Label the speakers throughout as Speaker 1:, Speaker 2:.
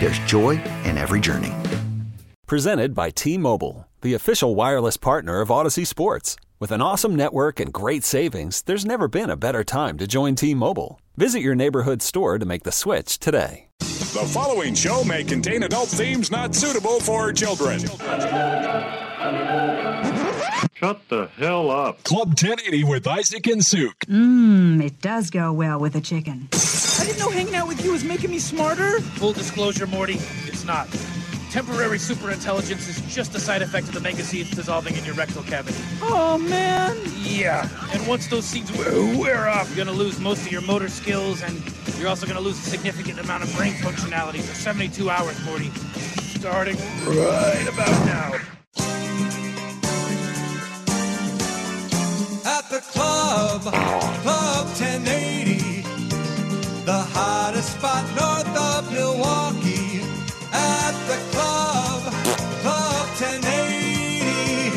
Speaker 1: there's joy in every journey.
Speaker 2: Presented by T Mobile, the official wireless partner of Odyssey Sports. With an awesome network and great savings, there's never been a better time to join T Mobile. Visit your neighborhood store to make the switch today.
Speaker 3: The following show may contain adult themes not suitable for children.
Speaker 4: Shut the hell up.
Speaker 3: Club 1080 with Isaac and Suk.
Speaker 5: It does go well with a chicken.
Speaker 6: I didn't know hanging out with you was making me smarter.
Speaker 7: Full disclosure, Morty, it's not. Temporary superintelligence is just a side effect of the mega seeds dissolving in your rectal cavity.
Speaker 6: Oh man.
Speaker 7: Yeah. And once those seeds wear, wear off, you're gonna lose most of your motor skills, and you're also gonna lose a significant amount of brain functionality for 72 hours, Morty. Starting right about now.
Speaker 8: at the club, Club 1080, the hottest spot north of Milwaukee. At the club, Club 1080,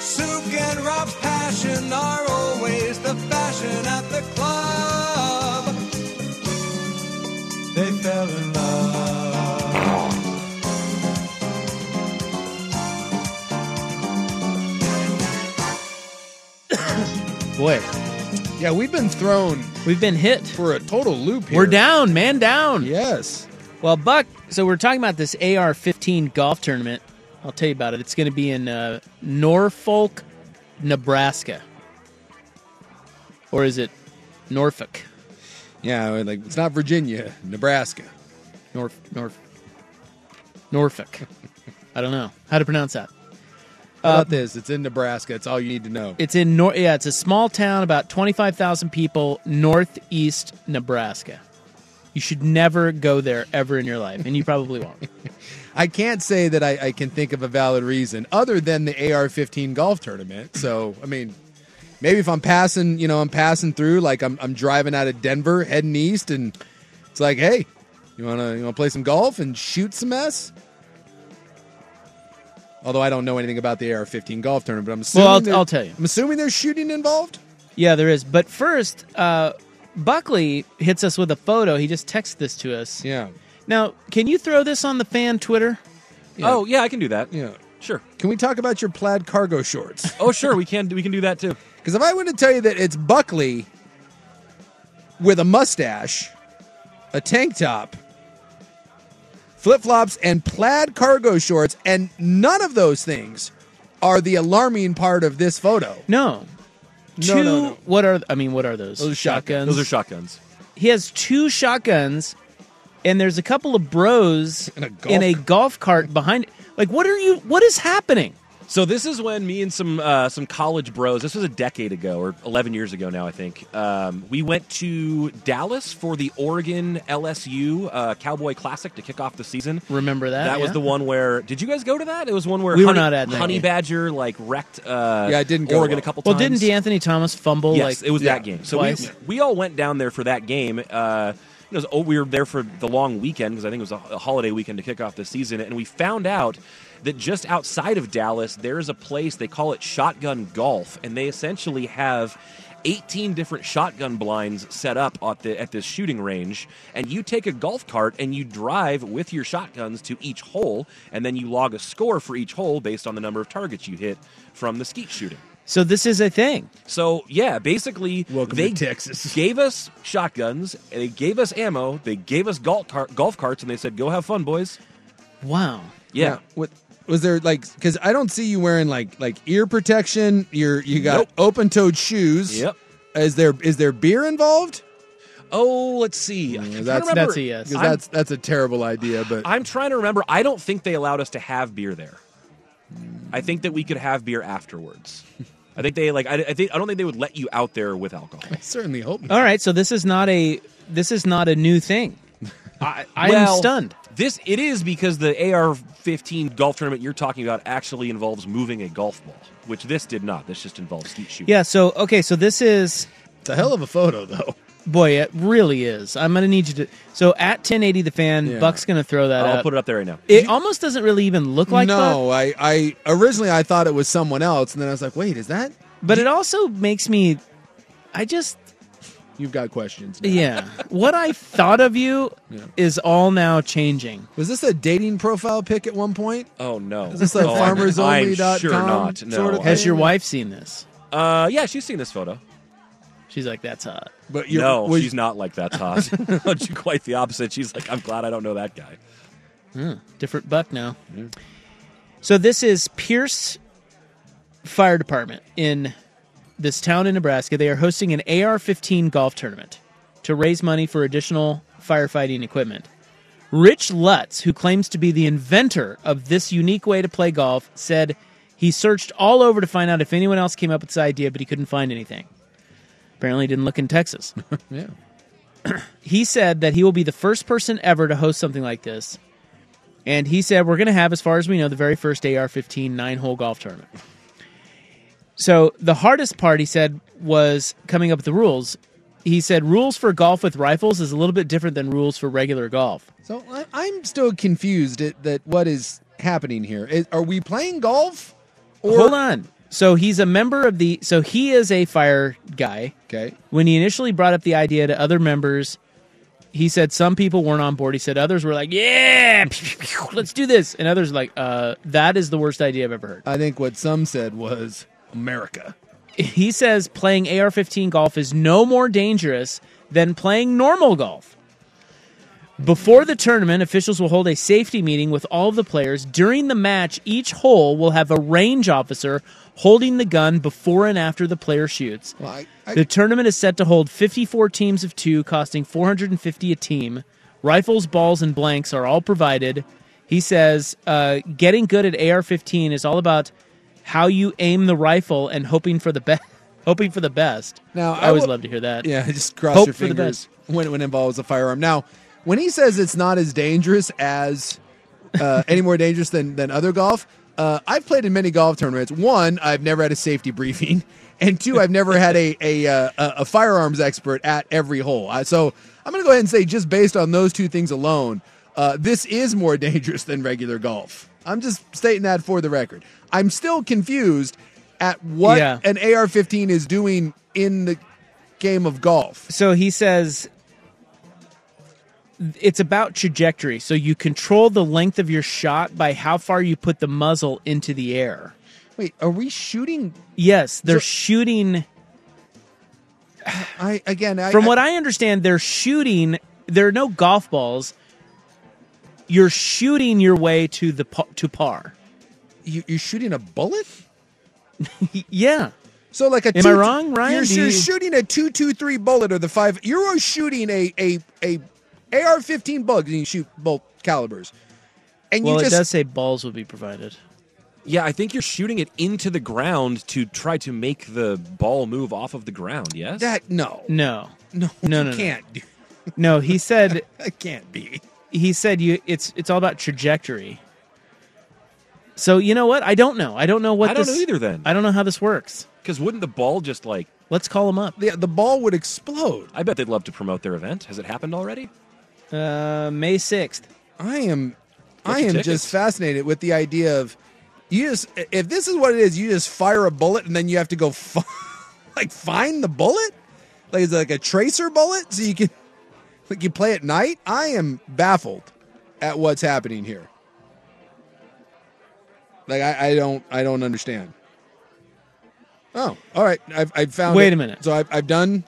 Speaker 8: Souk and Rob's passion are always the fashion at the club. They fell in love.
Speaker 9: Boy, yeah, we've been thrown
Speaker 6: We've been hit.
Speaker 9: for a total loop here.
Speaker 6: We're down, man, down.
Speaker 9: Yes.
Speaker 6: Well, Buck, so we're talking about this AR-15 golf tournament. I'll tell you about it. It's going to be in uh, Norfolk, Nebraska, or is it Norfolk?
Speaker 9: Yeah, I mean, like it's not Virginia, Nebraska.
Speaker 6: North North Norfolk. I don't know how to pronounce that. Uh,
Speaker 9: How about this? It's in Nebraska. It's all you need to know.
Speaker 6: It's in North. Yeah, it's a small town, about twenty five thousand people, northeast Nebraska. You should never go there ever in your life, and you probably won't.
Speaker 9: I can't say that I, I can think of a valid reason other than the AR-15 golf tournament. So, I mean, maybe if I'm passing, you know, I'm passing through, like I'm, I'm driving out of Denver, heading east, and it's like, hey, you wanna you wanna play some golf and shoot some mess? Although I don't know anything about the AR-15 golf tournament, but I'm assuming
Speaker 6: I'll-
Speaker 9: there-
Speaker 6: I'll tell you.
Speaker 9: I'm assuming there's shooting involved.
Speaker 6: yeah, there is. But first, uh, Buckley hits us with a photo. He just texted this to us.
Speaker 9: Yeah,
Speaker 6: Now, can you throw this on the fan Twitter?
Speaker 10: Oh yeah, I can do that.
Speaker 9: yeah.
Speaker 10: Sure.
Speaker 9: Can we talk about your plaid cargo shorts?
Speaker 10: Oh sure, we can we can do that too.
Speaker 9: Because if I were to tell you that it's Buckley with a mustache, a tank top, flip flops, and plaid cargo shorts, and none of those things are the alarming part of this photo.
Speaker 6: No.
Speaker 9: No,
Speaker 6: two,
Speaker 9: no, no.
Speaker 6: What are I mean? What are those?
Speaker 9: Those are shotguns.
Speaker 10: Those are shotguns.
Speaker 6: he has two shotguns and there's a couple of bros
Speaker 9: In a golf
Speaker 6: in a golf cart behind like what are you what is happening
Speaker 10: So this is when me and some uh, some college bros. This was a decade ago or eleven years ago now, I think. Um, we went to Dallas for the Oregon LSU uh, Cowboy Classic to kick off the season.
Speaker 6: remember that
Speaker 10: That was
Speaker 6: yeah?
Speaker 10: the one where did you guys go to that? It was one where
Speaker 6: We were
Speaker 10: Honey,
Speaker 6: not at that
Speaker 10: Honey
Speaker 6: game.
Speaker 10: Badger like wrecked. Uh,
Speaker 9: Yeah, I didn't go
Speaker 10: Oregon
Speaker 9: well.
Speaker 10: a couple
Speaker 6: well
Speaker 10: times.
Speaker 6: didn't D'Anthony Thomas fumble
Speaker 10: Yes,
Speaker 6: like
Speaker 10: it was
Speaker 9: yeah,
Speaker 10: that game. So we,
Speaker 6: twice.
Speaker 10: we all went down there for that game. Uh, it was, oh, we were there for the long weekend because I think it was a, a holiday weekend to kick off the season, and we found out that just outside of Dallas there is a place they call it Shotgun Golf, and they essentially have. 18 different shotgun blinds set up at, the, at this shooting range and you take a golf cart and you drive with your shotguns to each hole and then you log a score for each hole based on the number of targets you hit from the skeet shooting
Speaker 6: so this is a thing
Speaker 10: so yeah, basically,
Speaker 9: Welcome
Speaker 10: they
Speaker 9: to Texas.
Speaker 10: gave us shotguns, they gave us ammo, they gave us golf, car- golf carts, and they said, "Go have fun, boys."
Speaker 6: wow
Speaker 4: Yeah.
Speaker 10: Now, what was there like? Because I don't see you wearing like like ear protection. You're you got open toed shoes.
Speaker 4: Yep.
Speaker 10: Is there is there beer involved?
Speaker 4: Oh, let's see. I can't
Speaker 10: that's-
Speaker 4: remember.
Speaker 6: that's a yes.
Speaker 10: 'Cause
Speaker 4: I'm-
Speaker 10: that's that's a terrible idea. But
Speaker 4: I'm trying to remember. I don't think they allowed us to have beer there. I think that we could have beer afterwards. I think they like. I, I think I don't think they would let you out there with alcohol.
Speaker 10: I certainly hope not.
Speaker 6: All right, so this is not a this is not a new thing. I, I
Speaker 4: Well,
Speaker 6: am stunned.
Speaker 4: This it is because the AR-15 golf tournament you're talking about actually involves moving a golf ball, which this did not. This just involves skeet shooting.
Speaker 6: Yeah. So okay, so this is
Speaker 10: It's a hell of a photo though.
Speaker 6: boy, it really is. I'm gonna need you to. So at 1080, the fan
Speaker 10: Yeah.
Speaker 6: Buck's gonna throw that
Speaker 4: I'll
Speaker 6: up.
Speaker 4: put it up there right now.
Speaker 6: It almost doesn't really even look like
Speaker 10: no, I I originally I thought it was someone else, and then I was like, wait, is that?
Speaker 6: that, but it also makes me. I just
Speaker 10: You've got questions. now.
Speaker 6: yeah. what I thought of you is all now changing.
Speaker 10: Was this a dating profile pic at one point?
Speaker 4: Oh no! Is
Speaker 10: this like
Speaker 4: oh,
Speaker 10: farmersonly.com
Speaker 4: I'm sure not. No.
Speaker 10: sort of
Speaker 6: Has
Speaker 10: thing?
Speaker 6: your wife seen this?
Speaker 4: Uh, yeah, she's seen this photo.
Speaker 6: She's like, that's hot.
Speaker 10: But you're,
Speaker 4: no,
Speaker 10: was-
Speaker 4: she's not like that, Todd. She's Quite the opposite. She's like, I'm glad I don't know that guy.
Speaker 6: Different buck now. So this is Pierce Fire Department in this town in Nebraska. They are hosting an AR-15 golf tournament to raise money for additional firefighting equipment. Rich Lutz, who claims to be the inventor of this unique way to play golf, said he searched all over to find out if anyone else came up with this idea, but he couldn't find anything. Apparently, didn't look in Texas.
Speaker 10: Yeah.
Speaker 6: he said that he will be the first person ever to host something like this. And he said, We're going to have, as far as we know, the very first AR 15 nine hole golf tournament. So the hardest part, he said, was coming up with the rules. He said, Rules for golf with rifles is a little bit different than rules for regular golf.
Speaker 10: So I, I'm still confused at that what is happening here. Is, are we playing golf? Or,
Speaker 6: Hold on. So he's a member of the. So he is a fire guy.
Speaker 10: Okay.
Speaker 6: When he initially brought up the idea to other members, he said some people weren't on board. He said others were like, "Yeah, let's do this," and others were like, "Uh, that is the worst idea I've ever heard."
Speaker 10: I think what some said was America.
Speaker 6: He says playing AR-15 golf is no more dangerous than playing normal golf. Before the tournament, officials will hold a safety meeting with all of the players. During the match, each hole will have a range officer holding the gun before and after the player shoots.
Speaker 10: Well, I- I-
Speaker 6: the tournament is set to hold 54 teams of two, costing 450 a team. Rifles, balls, and blanks are all provided. He says, uh, "Getting good at AR-15 is all about how you aim the rifle and hoping for the best." Hoping for the best.
Speaker 10: Now,
Speaker 6: I,
Speaker 10: I
Speaker 6: always
Speaker 10: will-
Speaker 6: love to hear that.
Speaker 10: Yeah, just cross
Speaker 6: Hope
Speaker 10: your
Speaker 6: for the
Speaker 10: fingers when when it involves a firearm. Now, when he says it's not as dangerous as uh, any more dangerous than than other golf, uh, I've played in many golf tournaments. One, I've never had a safety briefing, and two, I've never had a a, uh, a, a firearms expert at every hole. I, so I'm going to go ahead and say, just based on those two things alone, uh, this is more dangerous than regular golf. I'm just stating that for the record. I'm still confused at what
Speaker 6: Yeah.
Speaker 10: an AR-15 is doing in the game of golf.
Speaker 6: so he says it's about trajectory. So you control the length of your shot by how far you put the muzzle into the air.
Speaker 10: Wait, are we shooting?
Speaker 6: Yes, they're
Speaker 10: So-
Speaker 6: shooting.
Speaker 10: I again, I,
Speaker 6: From what I understand, they're shooting. There are no golf balls. You're shooting your way to the pa- to par.
Speaker 10: you, you're shooting a bullet.
Speaker 6: Yeah,
Speaker 10: So like a
Speaker 6: Am
Speaker 10: two,
Speaker 6: I wrong, Ryan?
Speaker 10: You're,
Speaker 6: Do
Speaker 10: you're
Speaker 6: you-
Speaker 10: shooting a two two three bullet or the five. You're shooting a a a AR fifteen bullet. 'cause You can shoot both calibers, and
Speaker 6: well,
Speaker 10: you just
Speaker 6: it does say balls will be provided.
Speaker 4: Yeah, I think you're shooting it into the ground to try to make the ball move off of the ground. Yes.
Speaker 10: that no
Speaker 6: No,
Speaker 10: no
Speaker 6: No,
Speaker 10: you
Speaker 6: no, no.
Speaker 10: can't do
Speaker 6: no. He said
Speaker 10: that can't be.
Speaker 6: he said you it's it's all about trajectory. So you know what? I don't know. I don't know what
Speaker 4: I don't
Speaker 6: this-
Speaker 4: know either then.
Speaker 6: I don't know how this works.
Speaker 4: Because wouldn't the ball just like?
Speaker 6: Let's call him up.
Speaker 10: The, the ball would explode.
Speaker 4: I bet they'd love to promote their event. Has it happened already?
Speaker 6: Uh, May sixth.
Speaker 10: I am, I
Speaker 4: your
Speaker 10: am
Speaker 4: tickets.
Speaker 10: just fascinated with the idea of you just if this is what it is, you just fire a bullet and then you have to go fi- like find the bullet, like is it like a tracer bullet, so you can like you play at night. I am baffled at what's happening here. Like I, I don't, I don't understand. Oh, all right. I've, I've found.
Speaker 6: Wait
Speaker 10: it.
Speaker 6: a minute.
Speaker 10: So I've, I've done.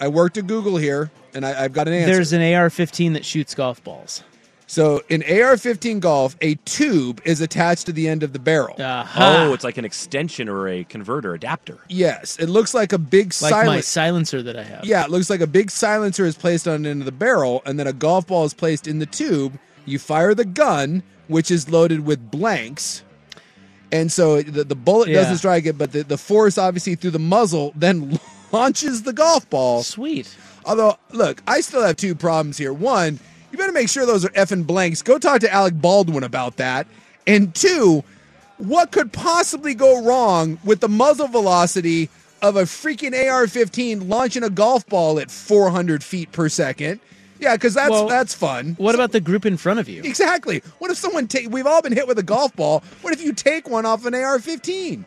Speaker 10: I worked at Google here, and I, I've got an answer.
Speaker 6: There's an AR-15 that shoots golf balls.
Speaker 10: So in AR-15 golf, a tube is attached to the end of the barrel.
Speaker 4: Oh, it's like an extension or a converter adapter.
Speaker 10: Yes, it looks like a big
Speaker 6: like my
Speaker 10: silence.
Speaker 6: silencer that I have.
Speaker 10: yeah, it looks like a big silencer is placed on the end of the barrel, and then a golf ball is placed in the tube. You fire the gun, which is loaded with blanks. And so the, the bullet
Speaker 6: Yeah.
Speaker 10: doesn't strike it, but the, the force, obviously, through the muzzle then launches the golf ball.
Speaker 6: Sweet.
Speaker 10: Although, look, I still have two problems here. One, you better make sure those are effing blanks. Go talk to Alec Baldwin about that. And two, what could possibly go wrong with the muzzle velocity of a freaking AR 15 launching a golf ball at 400 feet per second? Yeah, because that's,
Speaker 6: Well,
Speaker 10: that's fun.
Speaker 6: What about the group in front of you?
Speaker 10: Exactly. What if someone take? We've all been hit with a golf ball. What if you take one off an AR-15?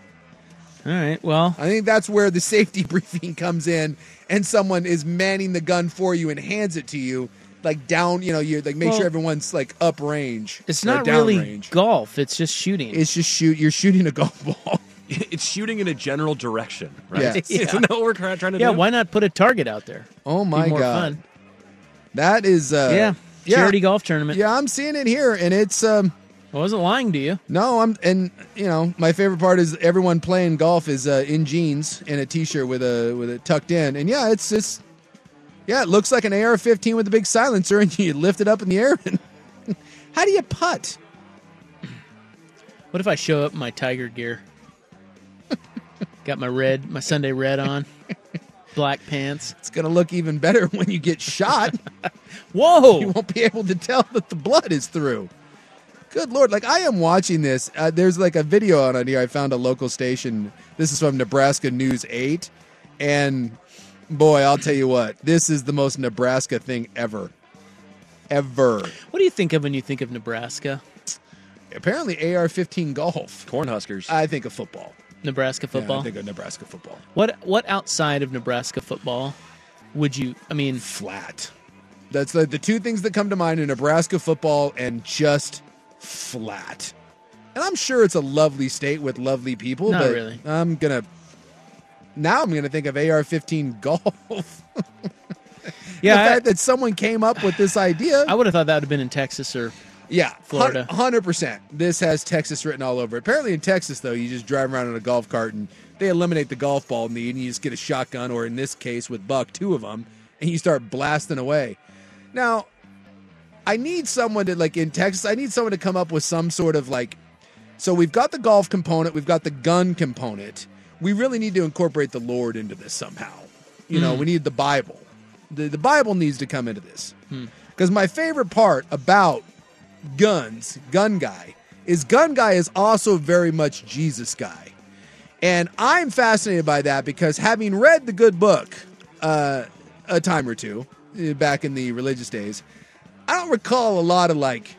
Speaker 6: All right. Well,
Speaker 10: I think that's where the safety briefing comes in, and someone is manning the gun for you and hands it to you, like down. You know, you like make
Speaker 6: Well,
Speaker 10: sure everyone's like up range.
Speaker 6: it's
Speaker 10: or
Speaker 6: not
Speaker 10: down
Speaker 6: really
Speaker 10: range.
Speaker 6: golf. It's just shooting.
Speaker 10: It's just shoot. You're shooting a golf ball.
Speaker 4: It's shooting in a general direction, right?
Speaker 10: Yeah.
Speaker 4: Isn't that what we're try- trying to
Speaker 6: yeah.
Speaker 4: do?
Speaker 6: Why not put a target out there?
Speaker 10: Oh
Speaker 6: Be
Speaker 10: my
Speaker 6: more
Speaker 10: god,
Speaker 6: fun.
Speaker 10: that is uh,
Speaker 6: yeah.
Speaker 10: yeah,
Speaker 6: Charity golf tournament.
Speaker 10: yeah. I'm seeing it here, and it's um.
Speaker 6: I wasn't lying to you.
Speaker 10: No, I'm and you know my favorite part is everyone playing golf is uh, in jeans and a t-shirt with a with it tucked in, and yeah, it's it's yeah, it looks like an AR-15 with a big silencer, and you lift it up in the air. And how do you putt?
Speaker 6: What if I show up in my tiger gear? Got my red, my Sunday red on, black pants.
Speaker 10: It's gonna look even better when you get shot.
Speaker 6: Whoa!
Speaker 10: you won't be able to tell that the blood is through. Good lord! Like I am watching this. Uh, there's like a video on it here. I found a local station. This is from Nebraska News Eight, and boy, I'll tell you what, this is the most Nebraska thing ever, ever.
Speaker 6: What do you think of when you think of Nebraska?
Speaker 10: Apparently, AR-15 golf.
Speaker 4: Cornhuskers.
Speaker 10: I think of football.
Speaker 6: Nebraska
Speaker 10: Yeah,
Speaker 6: football.
Speaker 10: I think of Nebraska football.
Speaker 6: what what outside of Nebraska football would you? I mean,
Speaker 10: Flat. That's like the two things that come to mind in Nebraska football and just flat. And I'm sure it's a lovely state with lovely people,
Speaker 6: Not
Speaker 10: but
Speaker 6: really.
Speaker 10: I'm gonna now I'm gonna think of AR-15 golf. the
Speaker 6: yeah,
Speaker 10: fact that someone came up with this idea,
Speaker 6: I, I would have thought that would have been in Texas or
Speaker 10: yeah,
Speaker 6: Florida.
Speaker 10: hundred percent. This has Texas written all over. it. Apparently, in Texas though, you just drive around in a golf cart and they eliminate the golf ball need, and you just get a shotgun, or in this case with Buck, two of them, and you start blasting away. Now, I need someone to like in Texas. I need someone to come up with some sort of like. So we've got the golf component, we've got the gun component. We really need to incorporate the Lord into this somehow. You know, we need the Bible. The the Bible needs to come into this because my favorite part about guns, gun guy, is gun guy is also very much Jesus guy. And I'm fascinated by that because having read the good book uh, a time or two uh, back in the religious days, I don't recall a lot of like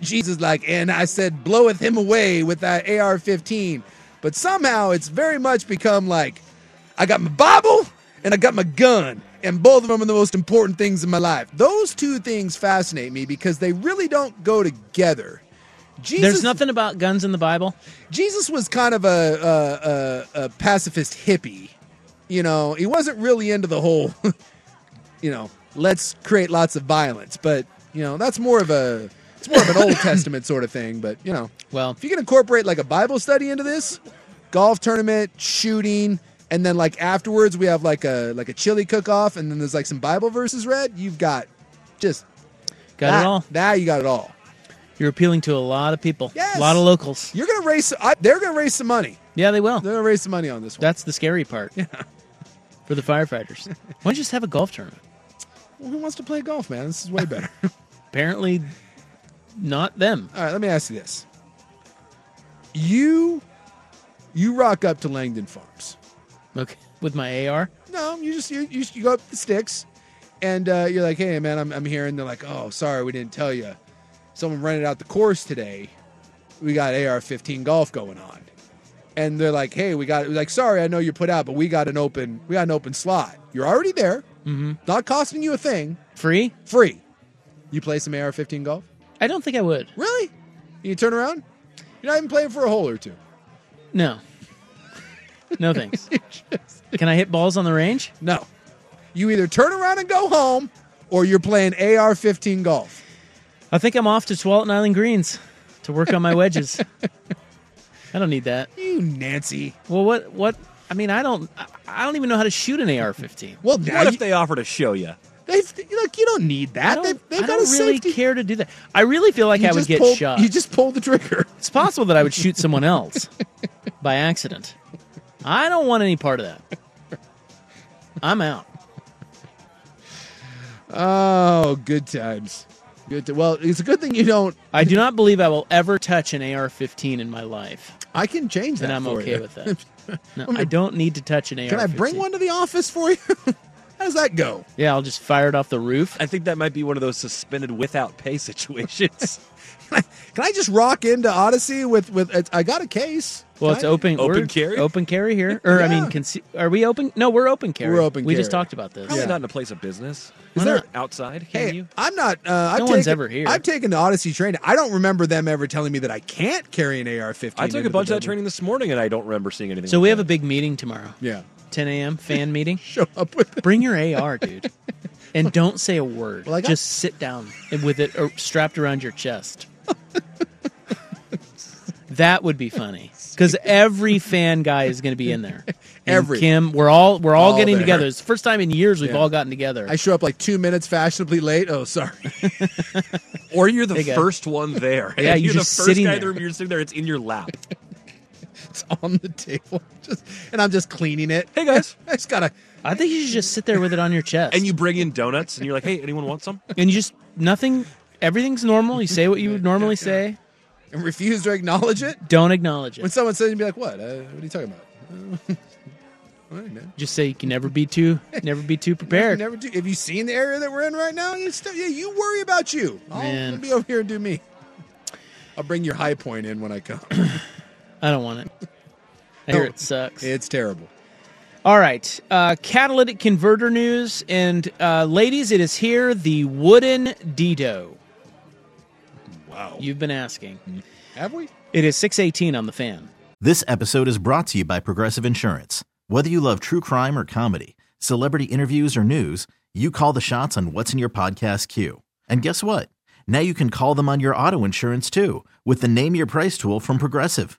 Speaker 10: Jesus, like, and I said, bloweth him away with that AR 15. But somehow it's very much become like, I got my Bible and I got my gun. And both of them are the most important things in my life. Those two things fascinate me because they really don't go together. Jesus,
Speaker 6: there's nothing about guns in the Bible.
Speaker 10: Jesus was kind of a, a, a, a pacifist hippie. You know, he wasn't really into the whole, you know, let's create lots of violence. But you know, that's more of a it's more of an Old Testament sort of thing. But you know, Um,
Speaker 6: Well,
Speaker 10: if you can incorporate like a Bible study into this, golf tournament, shooting, and then like afterwards we have like a like a chili cook off, and then there's like some Bible verses read. You've got just
Speaker 6: got
Speaker 10: that,
Speaker 6: it all.
Speaker 10: Now you got it all.
Speaker 6: You're appealing to a lot of people.
Speaker 10: Yes.
Speaker 6: A lot of locals.
Speaker 10: You're gonna raise. I, they're gonna raise some money.
Speaker 6: Yeah, they will.
Speaker 10: They're gonna raise some money on this one.
Speaker 6: That's the scary part. Yeah. For the firefighters. Why don't you just have a golf tournament?
Speaker 10: Well, who wants to play golf, man? This is way better.
Speaker 6: Apparently, not them.
Speaker 10: All right, let me ask you this. You you rock up to Langdon Farms.
Speaker 6: Okay. With my AR.
Speaker 10: No, you just you you, you go up the sticks and uh, you're like, "Hey man, I'm I'm here." And they're like, "Oh, sorry, we didn't tell you. Someone rented out the course today. We got AR15 golf going on." And they're like, "Hey, we got like sorry, I know you're put out, but we got an open we got an open slot. You're already there. Mm-hmm. Not costing you a thing.
Speaker 6: Free?
Speaker 10: Free. You play some AR15 golf?"
Speaker 6: I don't think I would.
Speaker 10: Really? You turn around? You're not even playing for a hole or two.
Speaker 6: No. No thanks. Can I hit balls on the range?
Speaker 10: No. You either turn around and go home or you're playing AR 15 golf.
Speaker 6: I think I'm off to Tualatin Island Greens to work on my wedges. I don't need that.
Speaker 10: You Nancy.
Speaker 6: Well, what what? I mean, I don't. I- I don't even know how to shoot an AR-15.
Speaker 10: Well, now
Speaker 4: What
Speaker 10: you,
Speaker 4: if they offer to show you?
Speaker 10: they've, look, you don't need
Speaker 6: I
Speaker 10: that.
Speaker 6: don't,
Speaker 10: They've, they've
Speaker 6: I
Speaker 10: got
Speaker 6: don't
Speaker 10: a
Speaker 6: really
Speaker 10: safety.
Speaker 6: care to do that. I really feel like
Speaker 10: you
Speaker 6: I would
Speaker 10: just
Speaker 6: get
Speaker 10: pulled,
Speaker 6: shot.
Speaker 10: You just pulled the trigger.
Speaker 6: It's possible that I would shoot someone else by accident. I don't want any part of that. I'm out.
Speaker 10: Oh, good times. Good. ti- well, it's a good thing you don't.
Speaker 6: I do not believe I will ever touch an AR-15 in my life,
Speaker 10: I can change that.
Speaker 6: and I'm
Speaker 10: for
Speaker 6: okay
Speaker 10: you.
Speaker 6: with that. No, I don't need to touch an AR.
Speaker 10: Can I bring one to the office for you? How does that go?
Speaker 6: Yeah, I'll just fire it off the roof.
Speaker 4: I think that might be one of those suspended without pay situations.
Speaker 10: Can I just rock into Odyssey with with? it's- I got a case.
Speaker 6: Well,
Speaker 10: Can
Speaker 6: it's
Speaker 10: I-
Speaker 6: open
Speaker 4: Open
Speaker 6: we're
Speaker 4: carry?
Speaker 6: Open carry here, or I mean,
Speaker 10: Yeah.
Speaker 6: conce- are we open? No, we're open carry.
Speaker 10: We're open
Speaker 6: We just
Speaker 10: carry.
Speaker 6: talked about this.
Speaker 4: Probably
Speaker 10: Yeah.
Speaker 4: not in a place of business.
Speaker 6: Why
Speaker 10: Is there-
Speaker 6: not?
Speaker 4: Outside, can
Speaker 10: Hey,
Speaker 4: you?
Speaker 10: I'm not. Uh, I've
Speaker 6: No
Speaker 10: taken,
Speaker 6: one's ever here.
Speaker 10: I've taken the Odyssey training. I don't remember them ever telling me that I can't carry an AR-15.
Speaker 4: I took
Speaker 10: into
Speaker 4: a bunch of that
Speaker 10: the building.
Speaker 4: training this morning, and I don't remember seeing anything.
Speaker 6: So
Speaker 4: like
Speaker 6: we have
Speaker 4: that.
Speaker 6: a big meeting tomorrow,
Speaker 10: Yeah,
Speaker 6: 10 a.m. fan meeting.
Speaker 10: show up with. It.
Speaker 6: Bring your AR, dude, and don't say a word.
Speaker 10: Well, I got-
Speaker 6: just sit down and with it or strapped around your chest. that would be funny because every fan guy is going to be in there. And
Speaker 10: Every-
Speaker 6: Kim, we're all we're all,
Speaker 10: All
Speaker 6: getting
Speaker 10: there.
Speaker 6: together. It's the first time in years we've
Speaker 10: Yeah.
Speaker 6: all gotten together.
Speaker 10: I show up like two minutes fashionably late. Oh, sorry.
Speaker 4: or you're the
Speaker 6: Hey, guys.
Speaker 4: first one there.
Speaker 6: Yeah,
Speaker 4: you're
Speaker 6: you're
Speaker 4: the
Speaker 6: just
Speaker 4: first
Speaker 6: sitting
Speaker 4: guy
Speaker 6: there.
Speaker 4: in the room. You're sitting there. It's in your lap.
Speaker 10: It's on the table, just and I'm just cleaning it.
Speaker 4: Hey, guys.
Speaker 10: I just gotta.
Speaker 6: I think you should just sit there with it on your chest.
Speaker 4: and you bring in donuts, and you're like, "Hey, anyone want some?"
Speaker 6: and you just nothing everything's normal you say what you would normally say
Speaker 10: and refuse to acknowledge it.
Speaker 6: don't acknowledge
Speaker 10: When
Speaker 6: it
Speaker 10: someone says, you'd be like, "What? Uh, what are you talking about?" All right, man.
Speaker 6: just say you can never be too never be too
Speaker 10: You
Speaker 6: prepared
Speaker 10: never do. Have you seen the area that we're in right now? You still, yeah, you worry about you. I'll
Speaker 6: Man.
Speaker 10: be over here and do me. I'll bring your high point in when I come.
Speaker 6: i don't want it i hear
Speaker 10: No.
Speaker 6: it sucks
Speaker 10: it's terrible.
Speaker 6: all right uh, catalytic converter news and uh, ladies it is here the wooden dido wow you've been asking
Speaker 10: Have we?
Speaker 6: it is 618 on the fan
Speaker 11: This episode is brought to you by Progressive Insurance. Whether you love true crime or comedy, celebrity interviews or news, you call the shots on what's in your podcast queue. And guess what? Now you can call them on your auto insurance too with the Name Your Price tool from Progressive.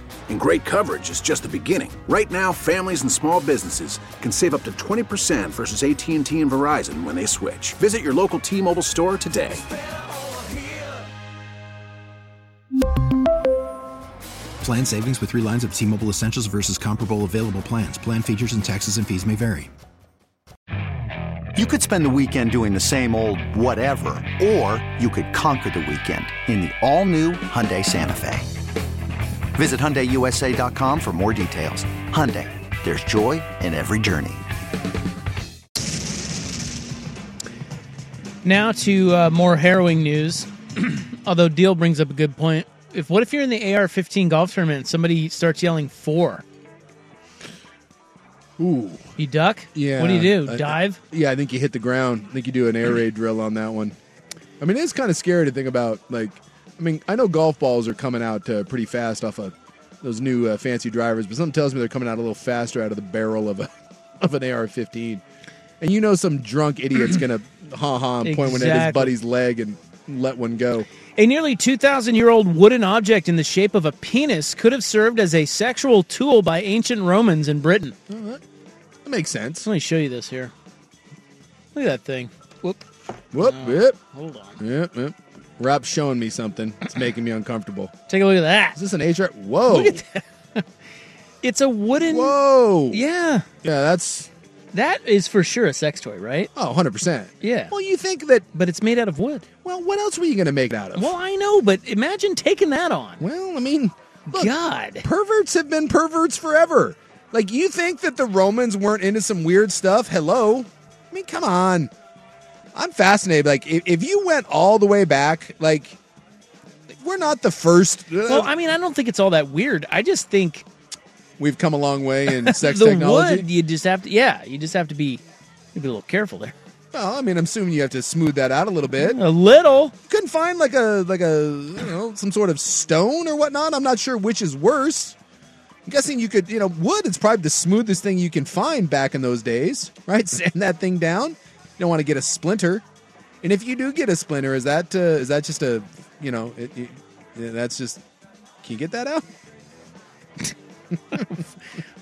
Speaker 3: And great coverage is just the beginning. Right now, families and small businesses can save up to 20% versus AT&T and Verizon when they switch. Visit your local T-Mobile store today.
Speaker 12: Plan savings with three lines of T Mobile Essentials versus comparable available plans. Plan features and taxes and fees may vary.
Speaker 1: You could spend the weekend doing the same old whatever, or you could conquer the weekend in the all-new Hyundai Santa Fe. Visit HyundaiUSA.com for more details. Hyundai, there's joy in every journey.
Speaker 6: Now to uh, more harrowing news. Although Deal brings up a good point. If what if you're in the AR-15 golf tournament and somebody starts yelling four?
Speaker 10: Ooh,
Speaker 6: You duck?
Speaker 10: yeah.
Speaker 6: What do you do?
Speaker 10: I-
Speaker 6: Dive?
Speaker 10: yeah, I think you hit the ground. I think you do an air raid drill on that one. I mean, it's kind of scary to think about. Like, I mean, I know golf balls are coming out uh, pretty fast off of those new uh, fancy drivers, but something tells me they're coming out a little faster out of the barrel of a of an AR-15. And you know, some drunk idiot's gonna ha ha and point one at his
Speaker 6: Exactly.
Speaker 10: buddy's leg and let one go.
Speaker 6: A nearly 2,000 year old wooden object in the shape of a penis could have served as a sexual tool by ancient Romans in Britain.
Speaker 10: That makes sense.
Speaker 6: Let me show you this here. Look at that thing. Whoop.
Speaker 10: Whoop, whoop,
Speaker 6: Hold on.
Speaker 10: whoop, whoop. Rob's showing me something. It's making me uncomfortable.
Speaker 6: Take a look at that.
Speaker 10: Is this an HR? Whoa,
Speaker 6: Look at that. it's a wooden.
Speaker 10: whoa.
Speaker 6: Yeah.
Speaker 10: yeah, that's
Speaker 6: That is for sure a sex toy, right?
Speaker 10: Oh, 100 percent.
Speaker 6: Yeah.
Speaker 10: Well, you think that?
Speaker 6: But it's made out of wood.
Speaker 10: Well, what else were you going to make it out of?
Speaker 6: Well, I know, but imagine taking that on.
Speaker 10: Well, I mean, look,
Speaker 6: God.
Speaker 10: perverts have been perverts forever. Like, you think that the Romans weren't into some weird stuff? Hello, I mean, come on. I'm fascinated. Like, if, if you went all the way back, like, we're not the first.
Speaker 6: Well, I mean, I don't think it's all that weird. I just think
Speaker 10: we've come a long way in sex
Speaker 6: the
Speaker 10: technology.
Speaker 6: wood, you just have to, yeah, you just have to be, be a little careful there.
Speaker 10: Well, I mean, I'm assuming you have to smooth that out a little bit.
Speaker 6: A little.
Speaker 10: Couldn't find like a like a you know some sort of stone or whatnot. I'm not sure which is worse. I'm guessing you could you know wood. It's probably the smoothest thing you can find back in those days, right? Sand that thing down. You don't want to get a splinter. And if you do get a splinter, is that uh, is that just a you know it, it, that's just can you get that out?
Speaker 6: I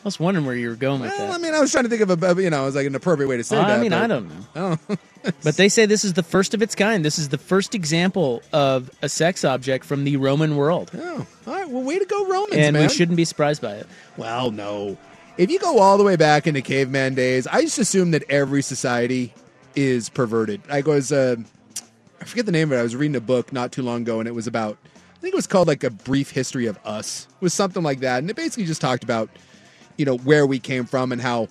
Speaker 6: was wondering where you were going with
Speaker 10: Well,
Speaker 6: that.
Speaker 10: I mean, I was trying to think of a you know, it was like an appropriate way to say
Speaker 6: Well, I
Speaker 10: that.
Speaker 6: mean,
Speaker 10: but-
Speaker 6: I don't know.
Speaker 10: I don't know.
Speaker 6: But they say this is the first of its kind. This is the first example of a sex object from the Roman world.
Speaker 10: Oh, all right. Well, way to go, Romans,
Speaker 6: and
Speaker 10: man.
Speaker 6: we shouldn't be surprised by it.
Speaker 10: Well, no. If you go all the way back into caveman days, I just assume that every society is perverted. I was, uh, I forget the name of it. I was reading a book not too long ago, and it was about, I think it was called like a brief history of us, it was something like that, and it basically just talked about, you know, where we came from and how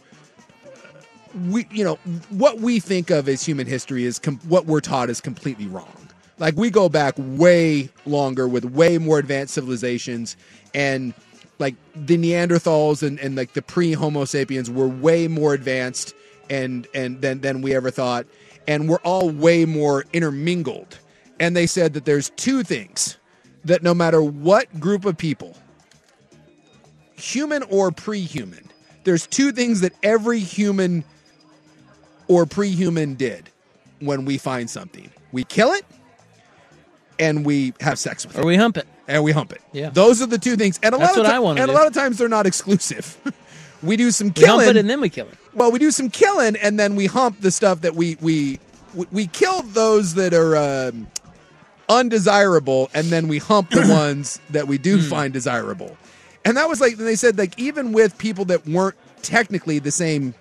Speaker 10: we, you know, what we think of as human history is com- what we're taught is completely wrong. Like we go back way longer with way more advanced civilizations, and like the Neanderthals and, and like the pre Homo sapiens were way more advanced and and than than we ever thought, and we're all way more intermingled. And they said that there's two things that no matter what group of people human or pre-human. There's two things that every human or pre-human did when we find something. We kill it and we have sex with it.
Speaker 6: Or we hump it.
Speaker 10: And we hump it.
Speaker 6: Yeah.
Speaker 10: Those are the two things. And a
Speaker 6: That's
Speaker 10: lot of
Speaker 6: what
Speaker 10: ti-
Speaker 6: I wanna
Speaker 10: and a
Speaker 6: do.
Speaker 10: lot of times they're not exclusive. we do some
Speaker 6: We hump
Speaker 10: killing
Speaker 6: it and then we kill it.
Speaker 10: well, we do some killing and then we hump the stuff that we we we, we kill those that are um, undesirable and then we hump the ones that we do
Speaker 6: Hmm.
Speaker 10: find desirable. And that was like they said like even with people that weren't technically the same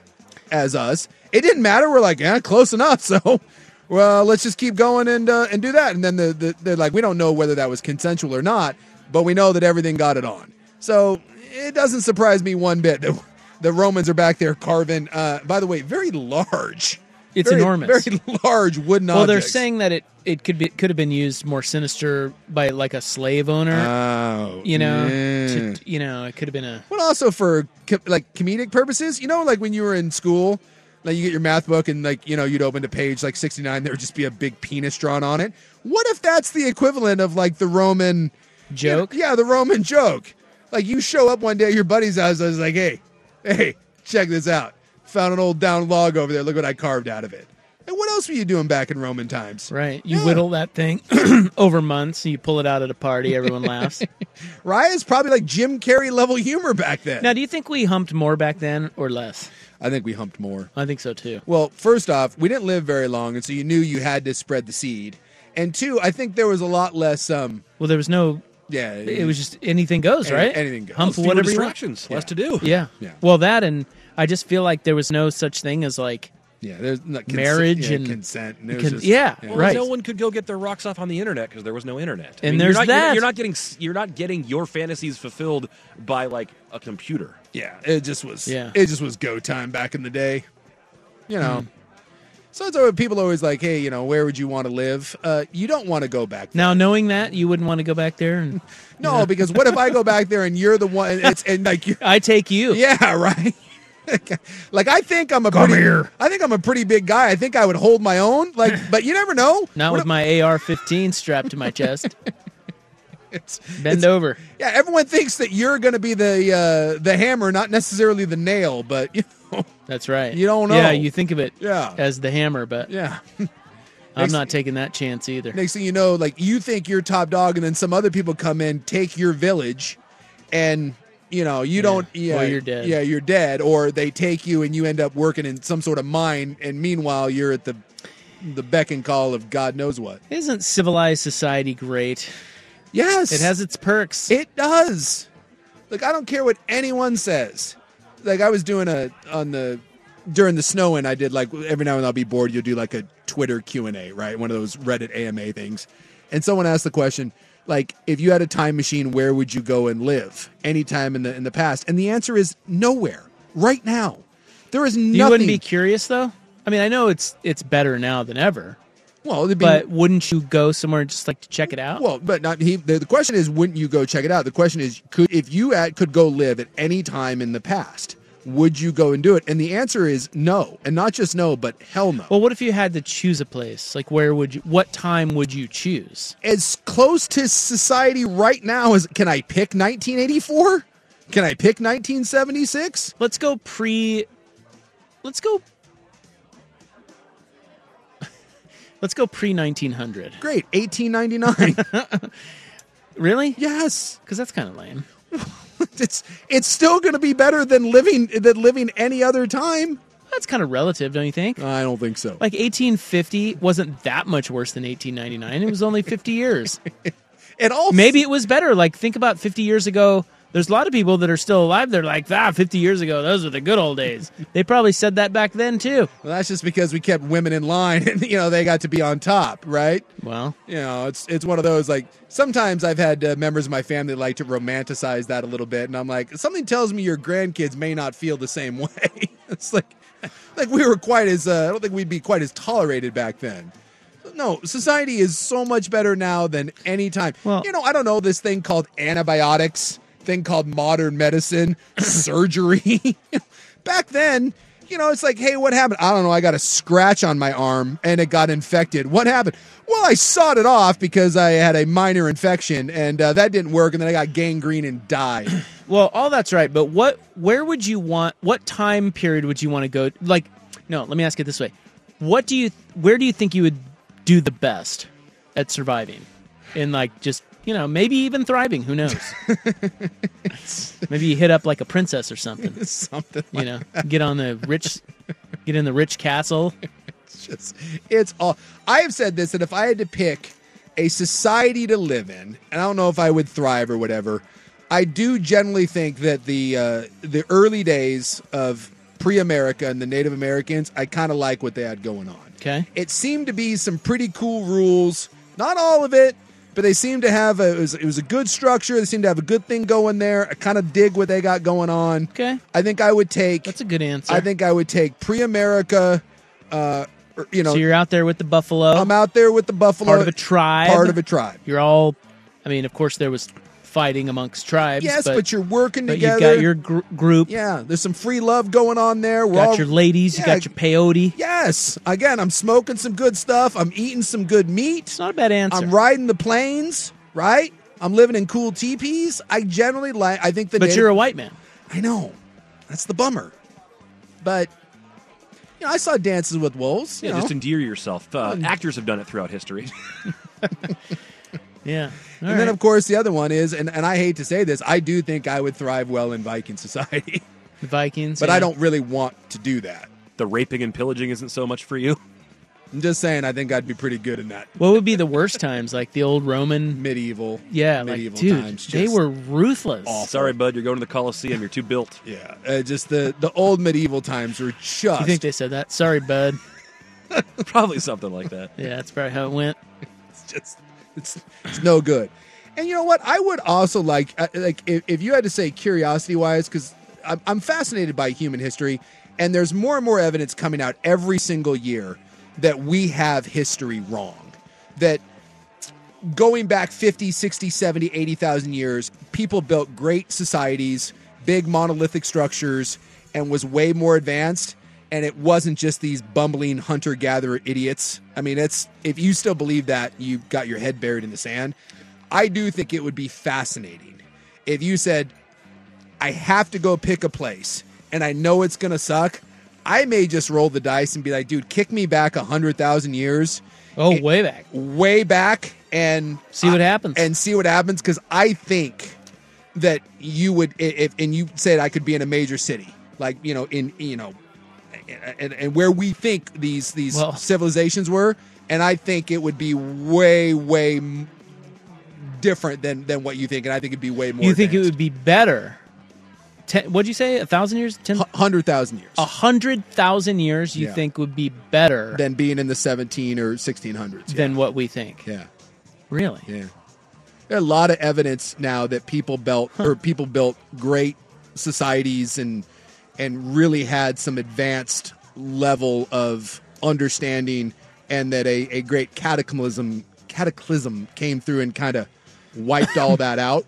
Speaker 10: as us, it didn't matter. We're like, yeah, close enough. So, well, let's just keep going and uh, and do that. And then the, the they're like, we don't know whether that was consensual or not, but we know that everything got it on. So it doesn't surprise me one bit that the Romans are back there carving. Uh, by the way, very large.
Speaker 6: It's
Speaker 10: Very-
Speaker 6: enormous.
Speaker 10: Very large wooden
Speaker 6: Well, they're
Speaker 10: objects.
Speaker 6: saying that it, it could be could have been used more sinister by like a slave owner.
Speaker 10: Oh,
Speaker 6: you know,
Speaker 10: yeah.
Speaker 6: to, you know, it could have been a
Speaker 10: Well, also for co- like comedic purposes, you know, like when you were in school, like you get your math book and like you know you'd open to page like sixty nine, there would just be a big penis drawn on it. What if that's the equivalent of like the Roman
Speaker 6: Joke?
Speaker 10: Yeah, the Roman joke. Like you show up one day at your buddy's house, I was like, hey, hey, check this out. Found an old down log over there. Look what I carved out of it. And what else were you doing back in Roman times?
Speaker 6: right. You whittle that thing over months, and you pull it out at a party. Everyone laughs.
Speaker 10: Right? It's probably like Jim Carrey level humor back then.
Speaker 6: now, do you think we humped more back then or less?
Speaker 10: I think we humped more.
Speaker 6: I think so too.
Speaker 10: Well, first off, we didn't live very long, and so you knew you had to spread the seed. And two, I think there was a lot less. Um,
Speaker 6: Well, there was no.
Speaker 10: yeah,
Speaker 6: It was just anything goes,
Speaker 10: Any-
Speaker 6: right?
Speaker 10: anything goes.
Speaker 6: Hump
Speaker 10: Fewer
Speaker 6: whatever you want.
Speaker 4: distractions, less to do.
Speaker 6: Yeah.
Speaker 10: Yeah.
Speaker 6: Well, that and I just feel like there was no such thing as like
Speaker 10: yeah. There's not consen-
Speaker 6: marriage
Speaker 10: yeah,
Speaker 6: and
Speaker 10: consent. And it was
Speaker 6: con-
Speaker 10: just-
Speaker 6: yeah,
Speaker 4: Well,
Speaker 6: right.
Speaker 4: No one could go get their rocks off on the internet because there was no internet.
Speaker 6: And there's
Speaker 4: you're not,
Speaker 6: that.
Speaker 4: You're, you're not getting s- you're not getting your fantasies fulfilled by like a computer.
Speaker 10: yeah. It just was.
Speaker 6: Yeah. Hmm.
Speaker 10: It just was go time back in the day. You know. So it's always, people are always like, hey, you know, where would you want to live? Uh, you don't want to go back.
Speaker 6: Now, knowing that, you wouldn't want to go back there, and
Speaker 10: No, because what if I go back there and you're the one? And it's and like you.
Speaker 6: I take you.
Speaker 10: Yeah, right. like I think I'm a pretty, I think I'm a pretty big guy. I think I would hold my own. Like, but you never know.
Speaker 6: Not
Speaker 10: What
Speaker 6: with my AR-15 strapped to my chest.
Speaker 10: It's-
Speaker 6: Bend
Speaker 10: it's-
Speaker 6: over.
Speaker 10: Yeah, everyone thinks that you're going to be the uh, the hammer, not necessarily the nail. But you know,
Speaker 6: That's right.
Speaker 10: You don't know.
Speaker 6: Yeah, you think of it
Speaker 10: Yeah.
Speaker 6: as the hammer, but
Speaker 10: yeah.
Speaker 6: I'm
Speaker 10: Next-
Speaker 6: not taking that chance either.
Speaker 10: Next thing you know, like you think you're top dog, and then some other people come in, take your village, and you know you don't. Yeah,
Speaker 6: Well, you're dead.
Speaker 10: Yeah, you're dead, or they take you and you end up working in some sort of mine, and meanwhile you're at the the beck and call of God knows what.
Speaker 6: Isn't civilized society great?
Speaker 10: Yes,
Speaker 6: It has its perks.
Speaker 10: It does. Like I don't care what anyone says. Like I was doing a on the during the snow and I did like every now and then I'll be bored. You'll do like a Twitter Q and A, right? One of those Reddit AMA things. And someone asked the question, like, if you had a time machine, where would you go and live? Any time in the in the past? And the answer is nowhere. Right now, there is nothing.
Speaker 6: You wouldn't be curious though. I mean, I know it's it's better now than ever.
Speaker 10: Well, it'd be-
Speaker 6: but wouldn't you go somewhere just like to check it out?
Speaker 10: Well, but not he. The, the question is, wouldn't you go check it out? The question is, could if you at, could go live at any time in the past, would you go and do it? And the answer is no, and not just no, but hell no.
Speaker 6: Well, what if you had to choose a place? Like, where would you? What time would you choose?
Speaker 10: As close to society right now as can I pick 1984? Can I pick 1976?
Speaker 6: Let's go pre. Let's go. Let's go pre nineteen hundred.
Speaker 10: Great, 1899.
Speaker 6: really?
Speaker 10: Yes,
Speaker 6: because that's kind of lame.
Speaker 10: it's it's still going to be better than living than living any other time.
Speaker 6: That's kind of relative, don't you think?
Speaker 10: I don't think so.
Speaker 6: Like 1850 wasn't that much worse than 1899. It was only 50 years.
Speaker 10: it all
Speaker 6: maybe it was better. Like think about 50 years ago. There's a lot of people that are still alive. They're like, ah, 50 years ago, those were the good old days. They probably said that back then too.
Speaker 10: Well, that's just because we kept women in line, and you know they got to be on top, right?
Speaker 6: Well,
Speaker 10: you know, it's it's one of those like sometimes I've had uh, members of my family like to romanticize that a little bit, and I'm like, something tells me your grandkids may not feel the same way. it's like like we were quite as uh, I don't think we'd be quite as tolerated back then. No, society is so much better now than any time.
Speaker 6: Well-
Speaker 10: you know, I don't know this thing called antibiotics, thing called modern medicine, surgery. back then, you know, it's like, hey, what happened? I don't know. I got a scratch on my arm and it got infected. What happened? Well, I sawed it off because I had a minor infection and uh, that didn't work. And then I got gangrene and died.
Speaker 6: Well, all that's right, but what where would you want what time period would you want to go like no, let me ask it this way. What do you where do you think you would do the best at surviving? And like just, you know, maybe even thriving, who knows. maybe you hit up like a princess or something.
Speaker 10: something.
Speaker 6: you know, get on the rich get in the rich castle.
Speaker 10: It's just, it's all. I have said this that if I had to pick a society to live in, and I don't know if I would thrive or whatever, I do generally think that the uh, the early days of pre-America and the Native Americans, I kind of like what they had going on.
Speaker 6: Okay.
Speaker 10: It seemed to be some pretty cool rules. Not all of it, but they seemed to have a it was, it was a good structure. They seemed to have a good thing going there. I kind of dig what they got going on.
Speaker 6: Okay.
Speaker 10: I think I would take. That's
Speaker 6: a good answer.
Speaker 10: I think I would take pre-America. Uh, or, you know,
Speaker 6: so you're out there with the buffalo.
Speaker 10: I'm out there with the buffalo.
Speaker 6: Part of a tribe.
Speaker 10: Part of a tribe.
Speaker 6: You're all I mean, of course there was fighting amongst tribes,
Speaker 10: Yes, but, you're working
Speaker 6: but
Speaker 10: together.
Speaker 6: you've got your gr- group.
Speaker 10: yeah, there's some free love going on there. We're
Speaker 6: You got
Speaker 10: all-
Speaker 6: your ladies, you
Speaker 10: Yeah.
Speaker 6: got your peyote.
Speaker 10: Yes. Again, I'm smoking some good stuff. I'm eating some good meat. It's
Speaker 6: not a bad answer.
Speaker 10: I'm riding the plains, right? I'm living in cool teepees. I generally like. I think the.
Speaker 6: But
Speaker 10: Native-
Speaker 6: you're a white man.
Speaker 10: I know. That's the bummer. But you know, I saw Dances with Wolves. You
Speaker 4: Yeah,
Speaker 10: know.
Speaker 4: just endear yourself. Uh, actors have done it throughout history.
Speaker 6: Yeah.
Speaker 10: and then, of course, the other one is, and, and I hate to say this, I do think I would thrive well in Viking society,
Speaker 6: The Vikings.
Speaker 10: but
Speaker 6: yeah.
Speaker 10: I don't really want to do that.
Speaker 4: the raping and pillaging isn't so much for you.
Speaker 10: I'm just saying, I think I'd be pretty good in that
Speaker 6: What would be the worst times? Like the old Roman.
Speaker 10: medieval.
Speaker 6: Yeah,
Speaker 10: medieval
Speaker 6: like, dude,
Speaker 10: times,
Speaker 6: they
Speaker 10: just
Speaker 6: were ruthless.
Speaker 4: Sorry, bud, you're going to the Coliseum. You're too built.
Speaker 10: Yeah, uh, just the the old medieval times were just.
Speaker 6: You think they said that? Sorry, bud.
Speaker 4: Probably something like that.
Speaker 6: Yeah, that's probably how it went.
Speaker 10: it's just it's, it's no good. And you know what? I would also like uh, like if, if you had to say curiosity wise, because I'm, I'm fascinated by human history, and there's more and more evidence coming out every single year that we have history wrong. That going back 50, 60, 70, 80,000 years, people built great societies, big monolithic structures, and was way more advanced. And it wasn't just these bumbling hunter gatherer idiots. I mean, it's if you still believe that, you got your head buried in the sand. I do think it would be fascinating if you said, I have to go pick a place and I know it's going to suck. I may just roll the dice and be like, dude, kick me back 100,000 years
Speaker 6: Oh, way back.
Speaker 10: way back and
Speaker 6: See what happens.
Speaker 10: and see what happens because I think that you would i- if and you said I could be in a major city like you know in you know and, and where we think these these
Speaker 6: Well-
Speaker 10: civilizations were and I think it would be way way m- different than than what you think and I think it'd be way more
Speaker 6: you think it would be better? Ten, what'd you say? A thousand years? Ten?
Speaker 10: hundred thousand years
Speaker 6: A hundred thousand years? You
Speaker 10: Yeah.
Speaker 6: think would be better
Speaker 10: than being in the 17 or 1600s yeah.
Speaker 6: than what we think?
Speaker 10: yeah
Speaker 6: Really?
Speaker 10: Yeah. There are a lot of evidence now that people built or people built great societies and and really had some advanced level of understanding and that a, a great cataclysm cataclysm came through and kind of wiped all that out.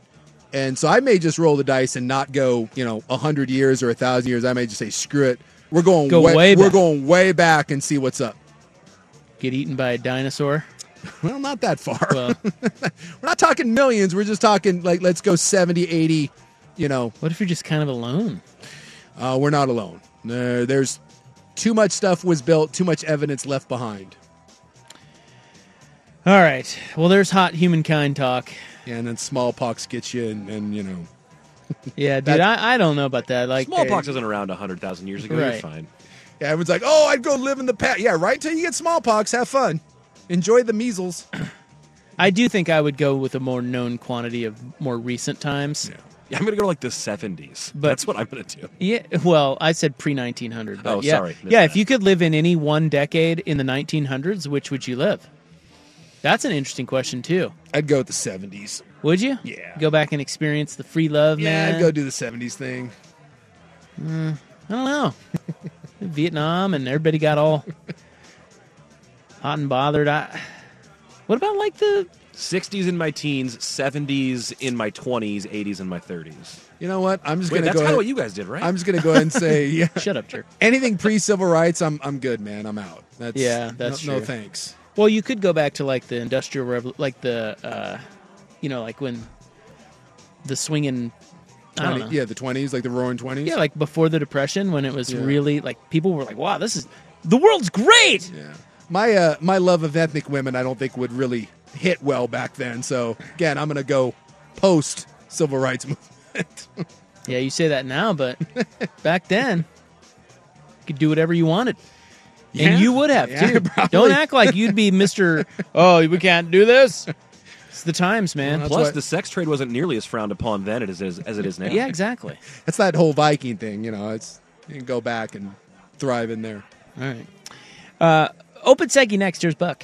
Speaker 10: And so I may just roll the dice and not go, you know, hundred years or thousand years. I may just say, screw it. We're going
Speaker 6: Go
Speaker 10: way,
Speaker 6: way
Speaker 10: we're
Speaker 6: back.
Speaker 10: going way back and see what's up.
Speaker 6: Get eaten by a dinosaur.
Speaker 10: Well, not that far. we're not talking millions. We're just talking like let's go 70, 80, you know.
Speaker 6: What if you're just kind of alone?
Speaker 10: Uh, we're not alone. No, there's too much stuff was built, too much evidence left behind.
Speaker 6: All right. Well, there's hot humankind talk.
Speaker 10: And then smallpox gets you, and, and you know.
Speaker 6: Yeah, dude,
Speaker 10: That-
Speaker 6: I, I don't know about that. Like
Speaker 4: Smallpox isn't around 100,000 years ago. You're
Speaker 6: Right.
Speaker 4: fine.
Speaker 10: Yeah, everyone's like, oh, I'd go live in the past. Yeah, right till you get smallpox. Have fun. Enjoy the measles.
Speaker 6: I do think I would go with a more known quantity of more recent times.
Speaker 4: Yeah, I'm going to go like the 70s.
Speaker 6: But-
Speaker 4: That's what I'm going to do.
Speaker 6: Yeah, well, I said pre 1900.
Speaker 4: Oh,
Speaker 6: yeah,
Speaker 4: sorry, missed
Speaker 6: Yeah, if you could live in any one decade in the 1900s, which would you live? That's an interesting question too.
Speaker 10: I'd go with the 70s.
Speaker 6: Would you?
Speaker 10: Yeah.
Speaker 6: Go back and experience the free love,
Speaker 10: Yeah,
Speaker 6: man.
Speaker 10: I'd go do the 70s thing.
Speaker 6: Mm, I don't know. Vietnam and everybody got all hot and bothered. I, what about like the
Speaker 4: 60s in my teens, 70s in my 20s, 80s in my 30s.
Speaker 10: You know what? I'm just
Speaker 4: Wait,
Speaker 10: going to
Speaker 4: that's
Speaker 10: go
Speaker 4: kind
Speaker 10: ahead.
Speaker 4: of what you guys did, right?
Speaker 10: I'm just going to go ahead and say, yeah.
Speaker 6: Shut up, jerk.
Speaker 10: Anything pre civil rights, I'm I'm good, man. I'm out. That's
Speaker 6: Yeah, that's
Speaker 10: no, no
Speaker 6: true.
Speaker 10: thanks.
Speaker 6: Well, you could go back to like the industrial revolution, like the, uh, you know, like when the swinging, I don't
Speaker 10: 20
Speaker 6: know.
Speaker 10: yeah, the 20s, like the roaring 20s.
Speaker 6: Yeah, like before the depression when it was
Speaker 10: Yeah.
Speaker 6: really like people were like, "Wow, this is the world's great."
Speaker 10: Yeah. my uh, my love of ethnic women, I don't think would really hit well back then. So again, I'm going to go post civil rights movement.
Speaker 6: Yeah, you say that now, but back then you could do whatever you wanted.
Speaker 10: Yeah.
Speaker 6: And you would have
Speaker 10: Yeah,
Speaker 6: too.
Speaker 10: probably.
Speaker 6: Don't act like you'd be Mr. oh, we can't do this. It's the times, man.
Speaker 4: Plus, the sex trade wasn't nearly as frowned upon then as it is, as it is now.
Speaker 6: yeah, exactly.
Speaker 10: That's that whole Viking thing, you know. It's you can go back and thrive in there.
Speaker 6: All right. Uh, open Segi next. Here's Buck.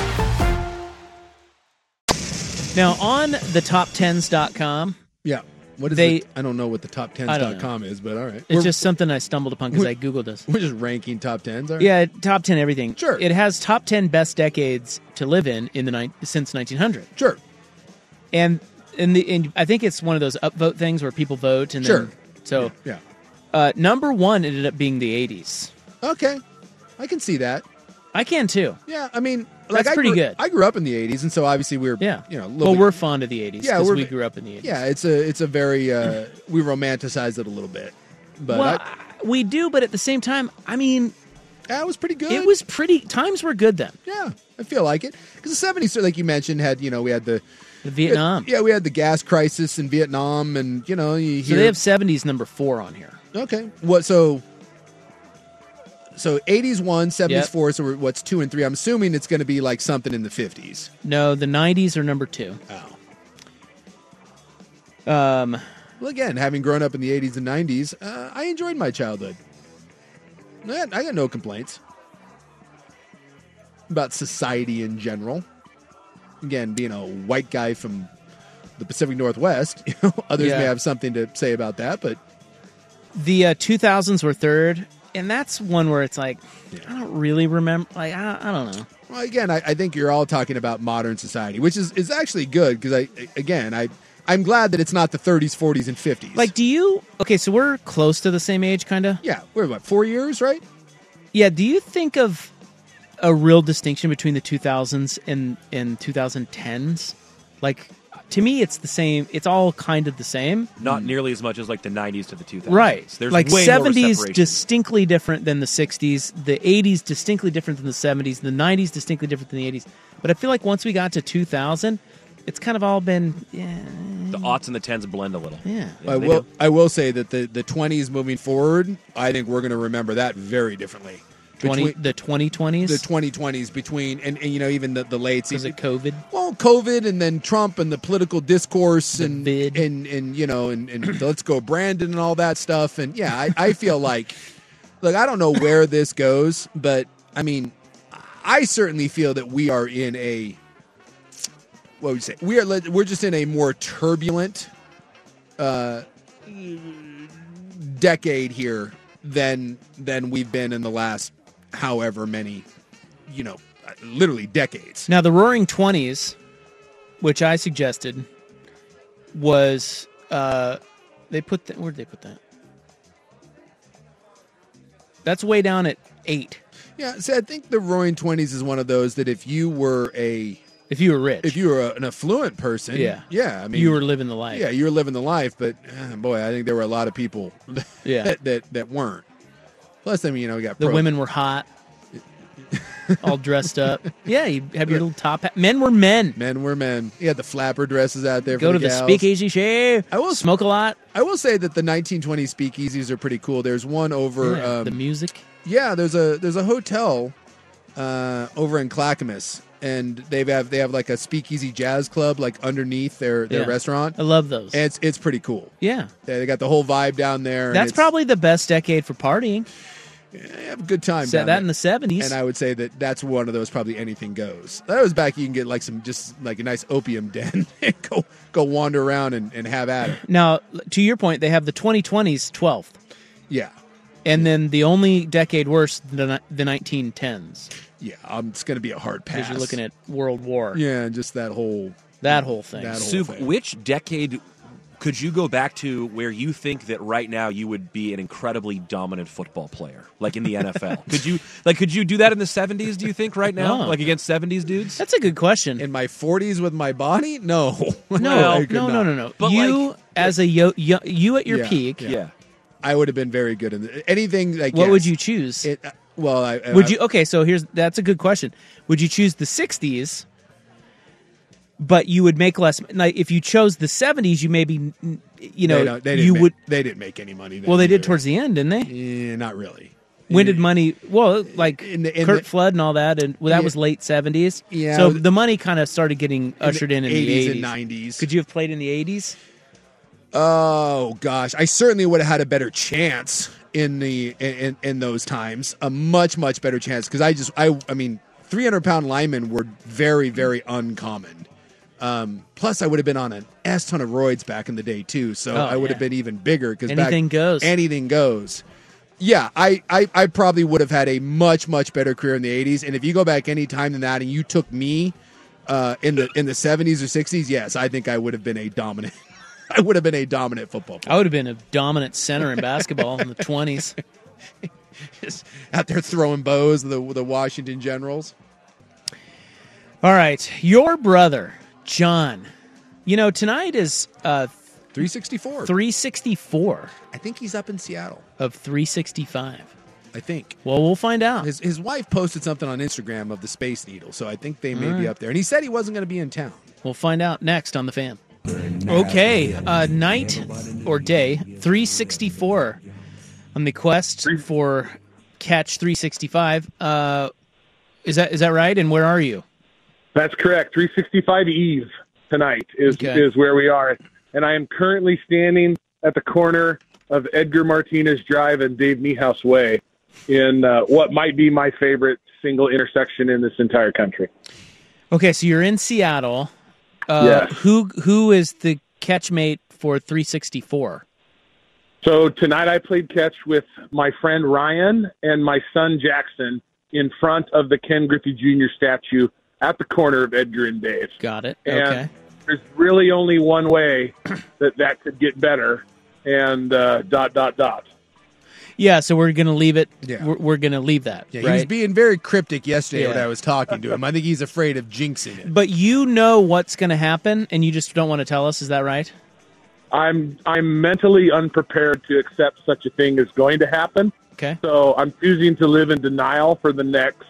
Speaker 6: Now on the top10s.com,
Speaker 10: Yeah. What is
Speaker 6: They-
Speaker 10: it? I don't know what the top
Speaker 6: I don't know.
Speaker 10: 10s.com is, but all right.
Speaker 6: it's just something I stumbled upon because
Speaker 10: we're-
Speaker 6: I googled this.
Speaker 10: we're just ranking top 10s. all right?
Speaker 6: Yeah, top 10 everything. Sure. It has top 10 best decades to live in in the ni- since 1900.
Speaker 10: Sure.
Speaker 6: And in the and I think it's one of those upvote things where people vote and
Speaker 10: Sure.
Speaker 6: then, so
Speaker 10: Yeah.
Speaker 6: uh, number 1 ended up being the 80s.
Speaker 10: Okay. I can see that.
Speaker 6: I can too.
Speaker 10: Yeah, I mean,
Speaker 6: That's
Speaker 10: like I
Speaker 6: pretty
Speaker 10: grew,
Speaker 6: good.
Speaker 10: I grew up in the 80s and so obviously we were
Speaker 6: Yeah.
Speaker 10: you know, a little
Speaker 6: well,
Speaker 10: bit-
Speaker 6: we're fond of the 80s
Speaker 10: Yeah,
Speaker 6: because
Speaker 10: we're-
Speaker 6: we grew up in the 80s.
Speaker 10: Yeah, it's a it's a very uh we romanticize it a little bit. But
Speaker 6: well, uh,
Speaker 10: I,
Speaker 6: we do, but at the same time, I mean,
Speaker 10: that was pretty good.
Speaker 6: It was pretty times were good then.
Speaker 10: yeah, I feel like it cuz the 70s like you mentioned had, you know, we had the
Speaker 6: The Vietnam.
Speaker 10: Yeah, we had the gas crisis in Vietnam and you know, you
Speaker 6: So
Speaker 10: hear
Speaker 6: they have 70s number 4 on here.
Speaker 10: Okay. What so so 80s 1, 70s
Speaker 6: Yep.
Speaker 10: 4, so we're, what's 2 and 3? I'm assuming it's going to be like something in the 50s.
Speaker 6: No, the 90s are number 2. Oh. Um
Speaker 10: Well, again, having grown up in the 80s and 90s, uh, I enjoyed my childhood. I I got no complaints about society in general. Again, being a white guy from the Pacific Northwest, you know, others
Speaker 6: Yeah.
Speaker 10: may have something to say about that, but
Speaker 6: The uh, 2000s were third, and that's one where it's like, I don't really remember. Like, I, I don't know.
Speaker 10: Well, again, I, I think you're all talking about modern society, which is, is actually good because I again I I'm glad that it's not the 30s, 40s, and 50s.
Speaker 6: Like, do you? Okay, so we're close to the same age, kind of.
Speaker 10: yeah, we're what four years, right?
Speaker 6: Yeah. Do you think of a real distinction between the 2000s and and 2010s. Like to me, it's the same. It's all kind of the same.
Speaker 4: Not nearly as much as like the 90s to the 2000s.
Speaker 6: Hmm. Right.
Speaker 4: There's
Speaker 6: like
Speaker 4: way more
Speaker 6: 70s
Speaker 4: separation.
Speaker 6: distinctly different than the 60s, the 80s distinctly different than the 70s, the 90s distinctly different than the 80s. But I feel like once we got to 2000, it's kind of all been yeah.
Speaker 4: the aughts and the tens blend a little.
Speaker 6: Yeah.
Speaker 10: I
Speaker 4: they
Speaker 10: will.
Speaker 4: do.
Speaker 10: I will say that the the twenties moving forward, I think we're going to remember that very differently.
Speaker 6: 20
Speaker 10: Between-
Speaker 6: the 2020s.
Speaker 10: the twenty twenties between and, and you know even the the late
Speaker 6: Was it COVID?
Speaker 10: Well, COVID and then Trump and the political discourse
Speaker 6: The
Speaker 10: and and and you know and, and the let's go Brandon and all that stuff and yeah, I, I feel like look, I don't know where this goes, but I mean, I certainly feel that we are in a what would you say? We are let- we're just in a more turbulent uh decade here than than we've been in the last however many you know literally decades
Speaker 6: Now, the Roaring Twenties, which I suggested, was uh, they put that. Where did they put that? That's way down at eight.
Speaker 10: yeah so i think the roaring 20s is one of those that if you were a
Speaker 6: if you were rich
Speaker 10: if you were a, an affluent person
Speaker 6: Yeah.
Speaker 10: yeah i mean
Speaker 6: You were living the life.
Speaker 10: yeah you were living the life but uh, boy i think there were a lot of people
Speaker 6: Yeah.
Speaker 10: that, that that weren't plus i mean you know we got
Speaker 6: The
Speaker 10: pro-
Speaker 6: women were hot, all dressed up. Yeah, you have your little top hat. Men were men.
Speaker 10: Men were men. You had the flapper dresses out there.
Speaker 6: Go
Speaker 10: for
Speaker 6: to the
Speaker 10: gals.
Speaker 6: speakeasy shave.
Speaker 10: I will
Speaker 6: smoke a lot.
Speaker 10: I will say that the 1920 speakeasies are pretty cool. There's one over
Speaker 6: Yeah,
Speaker 10: um,
Speaker 6: the music.
Speaker 10: Yeah, there's a there's a hotel uh, over in Clackamas, and they have they have like a speakeasy jazz club like underneath their their
Speaker 6: Yeah.
Speaker 10: restaurant.
Speaker 6: I love those.
Speaker 10: And it's it's pretty cool.
Speaker 6: Yeah,
Speaker 10: They they got the whole vibe down there. and
Speaker 6: that's
Speaker 10: it's-
Speaker 6: probably the best decade for partying.
Speaker 10: have a good time.
Speaker 6: Said
Speaker 10: down
Speaker 6: that
Speaker 10: there.
Speaker 6: in the 70s.
Speaker 10: and I would say that that's one of those probably anything goes. That was back you can get like some just like a nice opium den and go go wander around and, and have at it.
Speaker 6: Now, to your point, they have the 2020s 12th,
Speaker 10: Yeah,
Speaker 6: and then the only decade worse than the ni- the 1910s.
Speaker 10: yeah, um, it's gonna be a hard pass.
Speaker 6: Because you're looking at World War.
Speaker 10: yeah, and just that whole
Speaker 6: That whole thing.
Speaker 10: That whole
Speaker 4: Soup,
Speaker 10: thing.
Speaker 4: which decade could you go back to where you think that right now you would be an incredibly dominant football player, like in the NFL? Could you like could you do that in the seventies? Do you think right now,
Speaker 6: No.
Speaker 4: like against seventies dudes?
Speaker 6: That's a good question.
Speaker 10: In my 40s with my body? No,
Speaker 6: No,
Speaker 10: I could
Speaker 6: no, no,
Speaker 10: not.
Speaker 6: no, no. you as a yo, yo, you at your
Speaker 10: Yeah,
Speaker 6: peak.
Speaker 10: I would have been very good in the, anything. Like
Speaker 6: What would you choose?
Speaker 10: It, uh, well, I, I-
Speaker 6: Would you? Okay, so here's that's a good question. Would you choose the 60s? But you would make less. Like if you chose the 70s, you maybe, you
Speaker 10: they
Speaker 6: know,
Speaker 10: don't- they didn't
Speaker 6: you
Speaker 10: make-
Speaker 6: would.
Speaker 10: They didn't make any money. then
Speaker 6: Well, they did
Speaker 10: either.
Speaker 6: towards the end, didn't they?
Speaker 10: Yeah, not really.
Speaker 6: When did money? Well, like
Speaker 10: in
Speaker 6: Kurt
Speaker 10: the-
Speaker 6: Flood and all that, and well, that
Speaker 10: Yeah.
Speaker 6: was late seventies.
Speaker 10: Yeah.
Speaker 6: So the money kind of started getting
Speaker 10: the
Speaker 6: ushered in in the
Speaker 10: 80s
Speaker 6: eighties
Speaker 10: and 90s.
Speaker 6: Could you have played in the eighties?
Speaker 10: Oh gosh, I certainly would have had a better chance in the in, in those times. A much much better chance because I just I I mean, 300 pound linemen were very very uncommon. Um, plus, I would have been on an s ton of roids back in the day too, so
Speaker 6: Oh,
Speaker 10: I would have
Speaker 6: yeah.
Speaker 10: been even bigger because
Speaker 6: Anything goes.
Speaker 10: Anything goes. Yeah, I, I, I probably would have had a much much better career in the '80s, and if you go back any time than that, and you took me uh, in the in the '70s or '60s, yes, I think I would have been a dominant. I would have been a dominant football player
Speaker 6: I would have been a dominant center in basketball in the twenties.
Speaker 10: out there throwing bows with the with the Washington Generals.
Speaker 6: All right, your brother John. You know tonight is uh,
Speaker 10: 364.
Speaker 6: Three sixty four
Speaker 10: I think he's up in Seattle.
Speaker 6: of three sixty five.
Speaker 10: I think.
Speaker 6: Well, we'll find out.
Speaker 10: His his wife posted something on Instagram of the Space Needle, so I think they may
Speaker 6: All right.
Speaker 10: be up there. And he said he wasn't going to be in town.
Speaker 6: We'll find out next on the fan. Okay, uh, night or day 364 on the quest for catch 365. Uh, is that is that right? And where are you?
Speaker 7: That's correct. 365 Eve tonight is
Speaker 6: Okay.
Speaker 7: is where we are, and I am currently standing at the corner of Edgar Martinez Drive and Dave Niehaus Way, in uh, what might be my favorite single intersection in this entire country.
Speaker 6: Okay, so you're in Seattle. Uh,
Speaker 7: Yes.
Speaker 6: Who who is the catch mate for 364?
Speaker 7: So tonight I played catch with my friend Ryan and my son Jackson in front of the Ken Griffey Jr. statue at the corner of Edgar and Dave.
Speaker 6: Got it.
Speaker 7: And
Speaker 6: Okay.
Speaker 7: there's really only one way that that could get better, and uh, dot dot dot.
Speaker 6: Yeah, so we're gonna leave it.
Speaker 10: Yeah.
Speaker 6: We're, we're gonna leave that.
Speaker 10: Yeah,
Speaker 6: right?
Speaker 10: he was being very cryptic yesterday when
Speaker 6: Yeah.
Speaker 10: I was talking to him. I think he's afraid of jinxing it.
Speaker 6: but you know what's gonna happen, and you just don't want to tell us. Is that right?
Speaker 7: I'm I'm mentally unprepared to accept such a thing is going to happen.
Speaker 6: Okay.
Speaker 7: So I'm choosing to live in denial for the next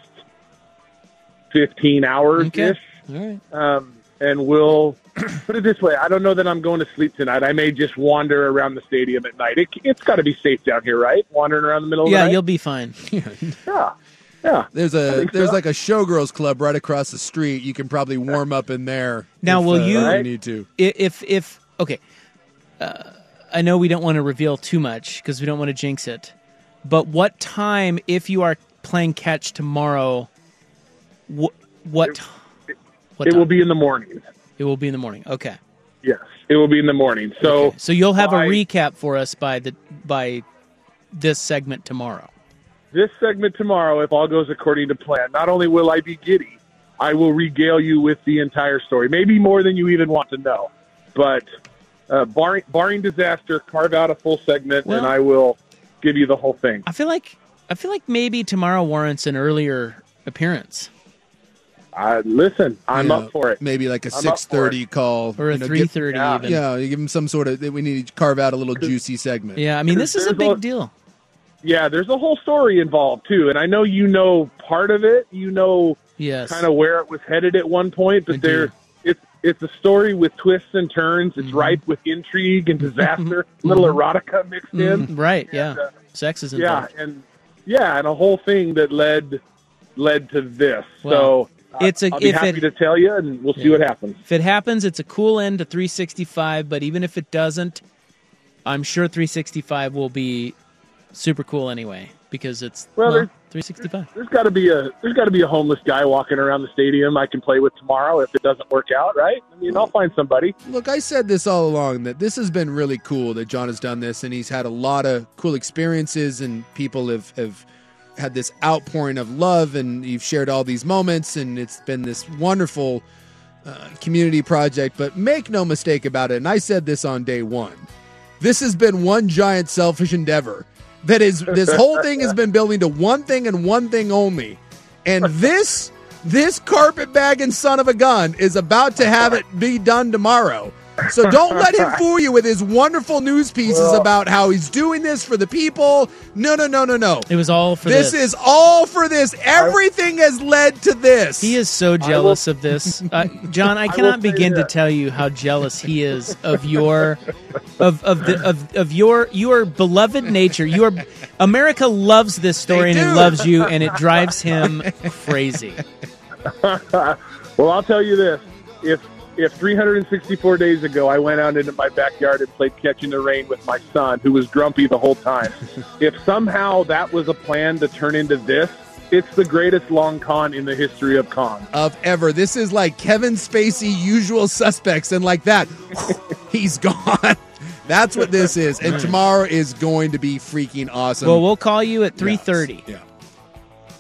Speaker 7: fifteen hours ish.
Speaker 6: All right.
Speaker 7: Um, and we'll put it this way: I don't know that I'm going to sleep tonight. I may just wander around the stadium at night. It, it's got to be safe down here, right? Wandering around the middle
Speaker 6: yeah,
Speaker 7: of the
Speaker 6: you'll
Speaker 7: night.
Speaker 6: be fine.
Speaker 7: Yeah. Yeah.
Speaker 10: There's
Speaker 7: I
Speaker 10: a
Speaker 7: think
Speaker 10: there's
Speaker 7: so.
Speaker 10: like a showgirls club right across the street. You can probably warm up in there.
Speaker 6: Now,
Speaker 10: if,
Speaker 6: will
Speaker 10: uh,
Speaker 6: you-
Speaker 10: if need to?
Speaker 6: I- If if okay, uh, I know we don't want to reveal too much because we don't want to jinx it. But what time, if you are playing catch tomorrow, what what t- what
Speaker 7: it will
Speaker 6: time?
Speaker 7: be in the morning.
Speaker 6: It will be in the morning. Okay,
Speaker 7: Yes, it will be in the morning. So
Speaker 6: so you'll have
Speaker 7: by
Speaker 6: a recap for us by the by this segment tomorrow.
Speaker 7: this segment tomorrow, if all goes according to plan. Not only will I be giddy, I will regale you with the entire story, maybe more than you even want to know. But uh, barring, barring disaster, carve out a full segment, and I will give you the whole thing.
Speaker 6: I feel like I feel like maybe tomorrow warrants an earlier appearance.
Speaker 7: I listen. I'm
Speaker 10: Yeah,
Speaker 7: up for it.
Speaker 10: Maybe like a
Speaker 7: I'm up
Speaker 10: six
Speaker 7: for it.
Speaker 10: thirty call
Speaker 6: Or a
Speaker 10: you know, give-
Speaker 6: 3:30
Speaker 10: Yeah,
Speaker 6: even.
Speaker 10: yeah, you give him some sort of. We need to carve out a little juicy segment.
Speaker 6: Yeah, I mean this is a
Speaker 7: There's
Speaker 6: big
Speaker 7: a-
Speaker 6: deal.
Speaker 7: Yeah, there's a whole story involved too, and I know you know part of it. You know,
Speaker 6: Yes.
Speaker 7: kind of where it was headed at one point, but there, it's it's a story with twists and turns. It's ripe with intrigue and disaster, little erotica mixed in.
Speaker 6: Mm, right? Yeah. Sex is
Speaker 7: yeah,
Speaker 6: involved.
Speaker 7: and yeah, and a whole thing that led led to this.
Speaker 6: Well,
Speaker 7: so
Speaker 6: it's
Speaker 7: it's
Speaker 6: a-
Speaker 7: I'll be
Speaker 6: if
Speaker 7: happy
Speaker 6: it-
Speaker 7: to tell you, and we'll see
Speaker 6: Yeah.
Speaker 7: what happens.
Speaker 6: If it happens, it's a cool end to 365. But even if it doesn't, I'm sure 365 will be super cool anyway because it's
Speaker 7: Well,
Speaker 6: well,
Speaker 7: there's-
Speaker 6: 365.
Speaker 7: There's got to be a there's got to be a homeless guy walking around the stadium I can play with tomorrow if it doesn't work out, right? I mean, I'll find somebody.
Speaker 10: Look, I said this all along that this has been really cool that John has done this, and he's had a lot of cool experiences, and people have have had this outpouring of love, and you've shared all these moments, and it's been this wonderful uh, community project. But make no mistake about it, and I said this on day one. This has been one giant selfish endeavor. That is, this whole thing has been building to one thing and one thing only. And this, this carpetbagging son of a gun is about to have it be done tomorrow. So don't let him fool you with his wonderful news pieces about how he's doing this for the people. No, no, no, no, no.
Speaker 6: It was all for
Speaker 10: This
Speaker 6: this.
Speaker 10: is all for this. Everything has led to this.
Speaker 6: He is so jealous of this, uh, John. I
Speaker 10: will
Speaker 6: cannot
Speaker 10: say
Speaker 6: begin to
Speaker 10: this.
Speaker 6: tell you how jealous he is of your, of of the of, of your your beloved nature. Your America loves this story and it
Speaker 7: do.
Speaker 6: loves you, and it drives him crazy.
Speaker 7: well, I'll tell you this: if if 364 days ago I went out into my backyard and played catch in the rain with my son, who was grumpy the whole time, if somehow that was a plan to turn into this, it's the greatest long con in the history of cons.
Speaker 10: of ever. This is like Kevin Spacey, usual suspects, and like that, he's gone. That's what this is. And tomorrow is going to be freaking awesome.
Speaker 6: Well, we'll call you at three thirty.
Speaker 10: Yeah.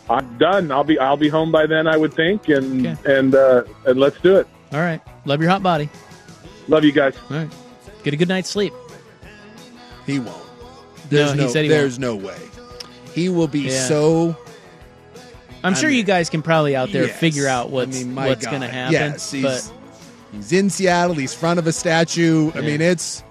Speaker 7: I'm done. I'll be I'll be home by then, I would think, and and uh, and let's do it.
Speaker 6: All right. Love your hot body.
Speaker 7: Love you guys.
Speaker 6: All right. Get a good night's sleep.
Speaker 10: He won't. There's
Speaker 6: no,
Speaker 10: no,
Speaker 6: he said he
Speaker 10: there's
Speaker 6: won't.
Speaker 10: no way. He will be
Speaker 6: Yeah.
Speaker 10: so.
Speaker 6: I'm sure you guys can probably out there
Speaker 10: Yes.
Speaker 6: figure out what's
Speaker 10: I mean, my
Speaker 6: what's
Speaker 10: God.
Speaker 6: going to happen.
Speaker 10: Yes, he's,
Speaker 6: but
Speaker 10: he's in Seattle. He's front of a statue. I
Speaker 4: Yeah.
Speaker 10: mean, it's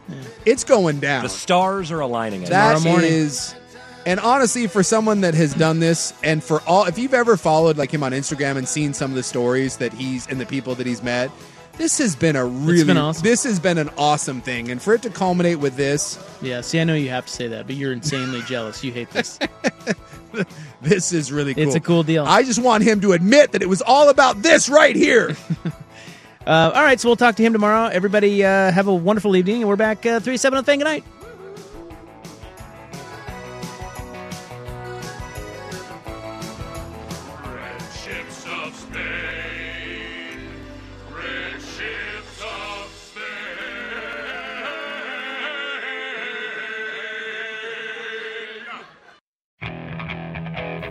Speaker 10: it's going down.
Speaker 4: The stars are aligning. I
Speaker 10: That is,
Speaker 4: think.
Speaker 10: and honestly, for someone that has done this, and for all, if you've ever followed like him on Instagram and seen some of the stories that he's and the people that he's met, this has been a really,
Speaker 6: been awesome.
Speaker 10: this has been an awesome thing, and for it to culminate with this,
Speaker 6: yeah, see, I know you have to say that, but you're insanely jealous. You hate this.
Speaker 10: this is really cool.
Speaker 6: It's a cool deal.
Speaker 10: I just want him to admit that it was all about this right here.
Speaker 6: Uh, all right, so we'll talk to him tomorrow. Everybody, uh, have a wonderful evening, and we're back uh, three seven on thing. Good night.
Speaker 13: Red ships of Spain, red ships of Spain.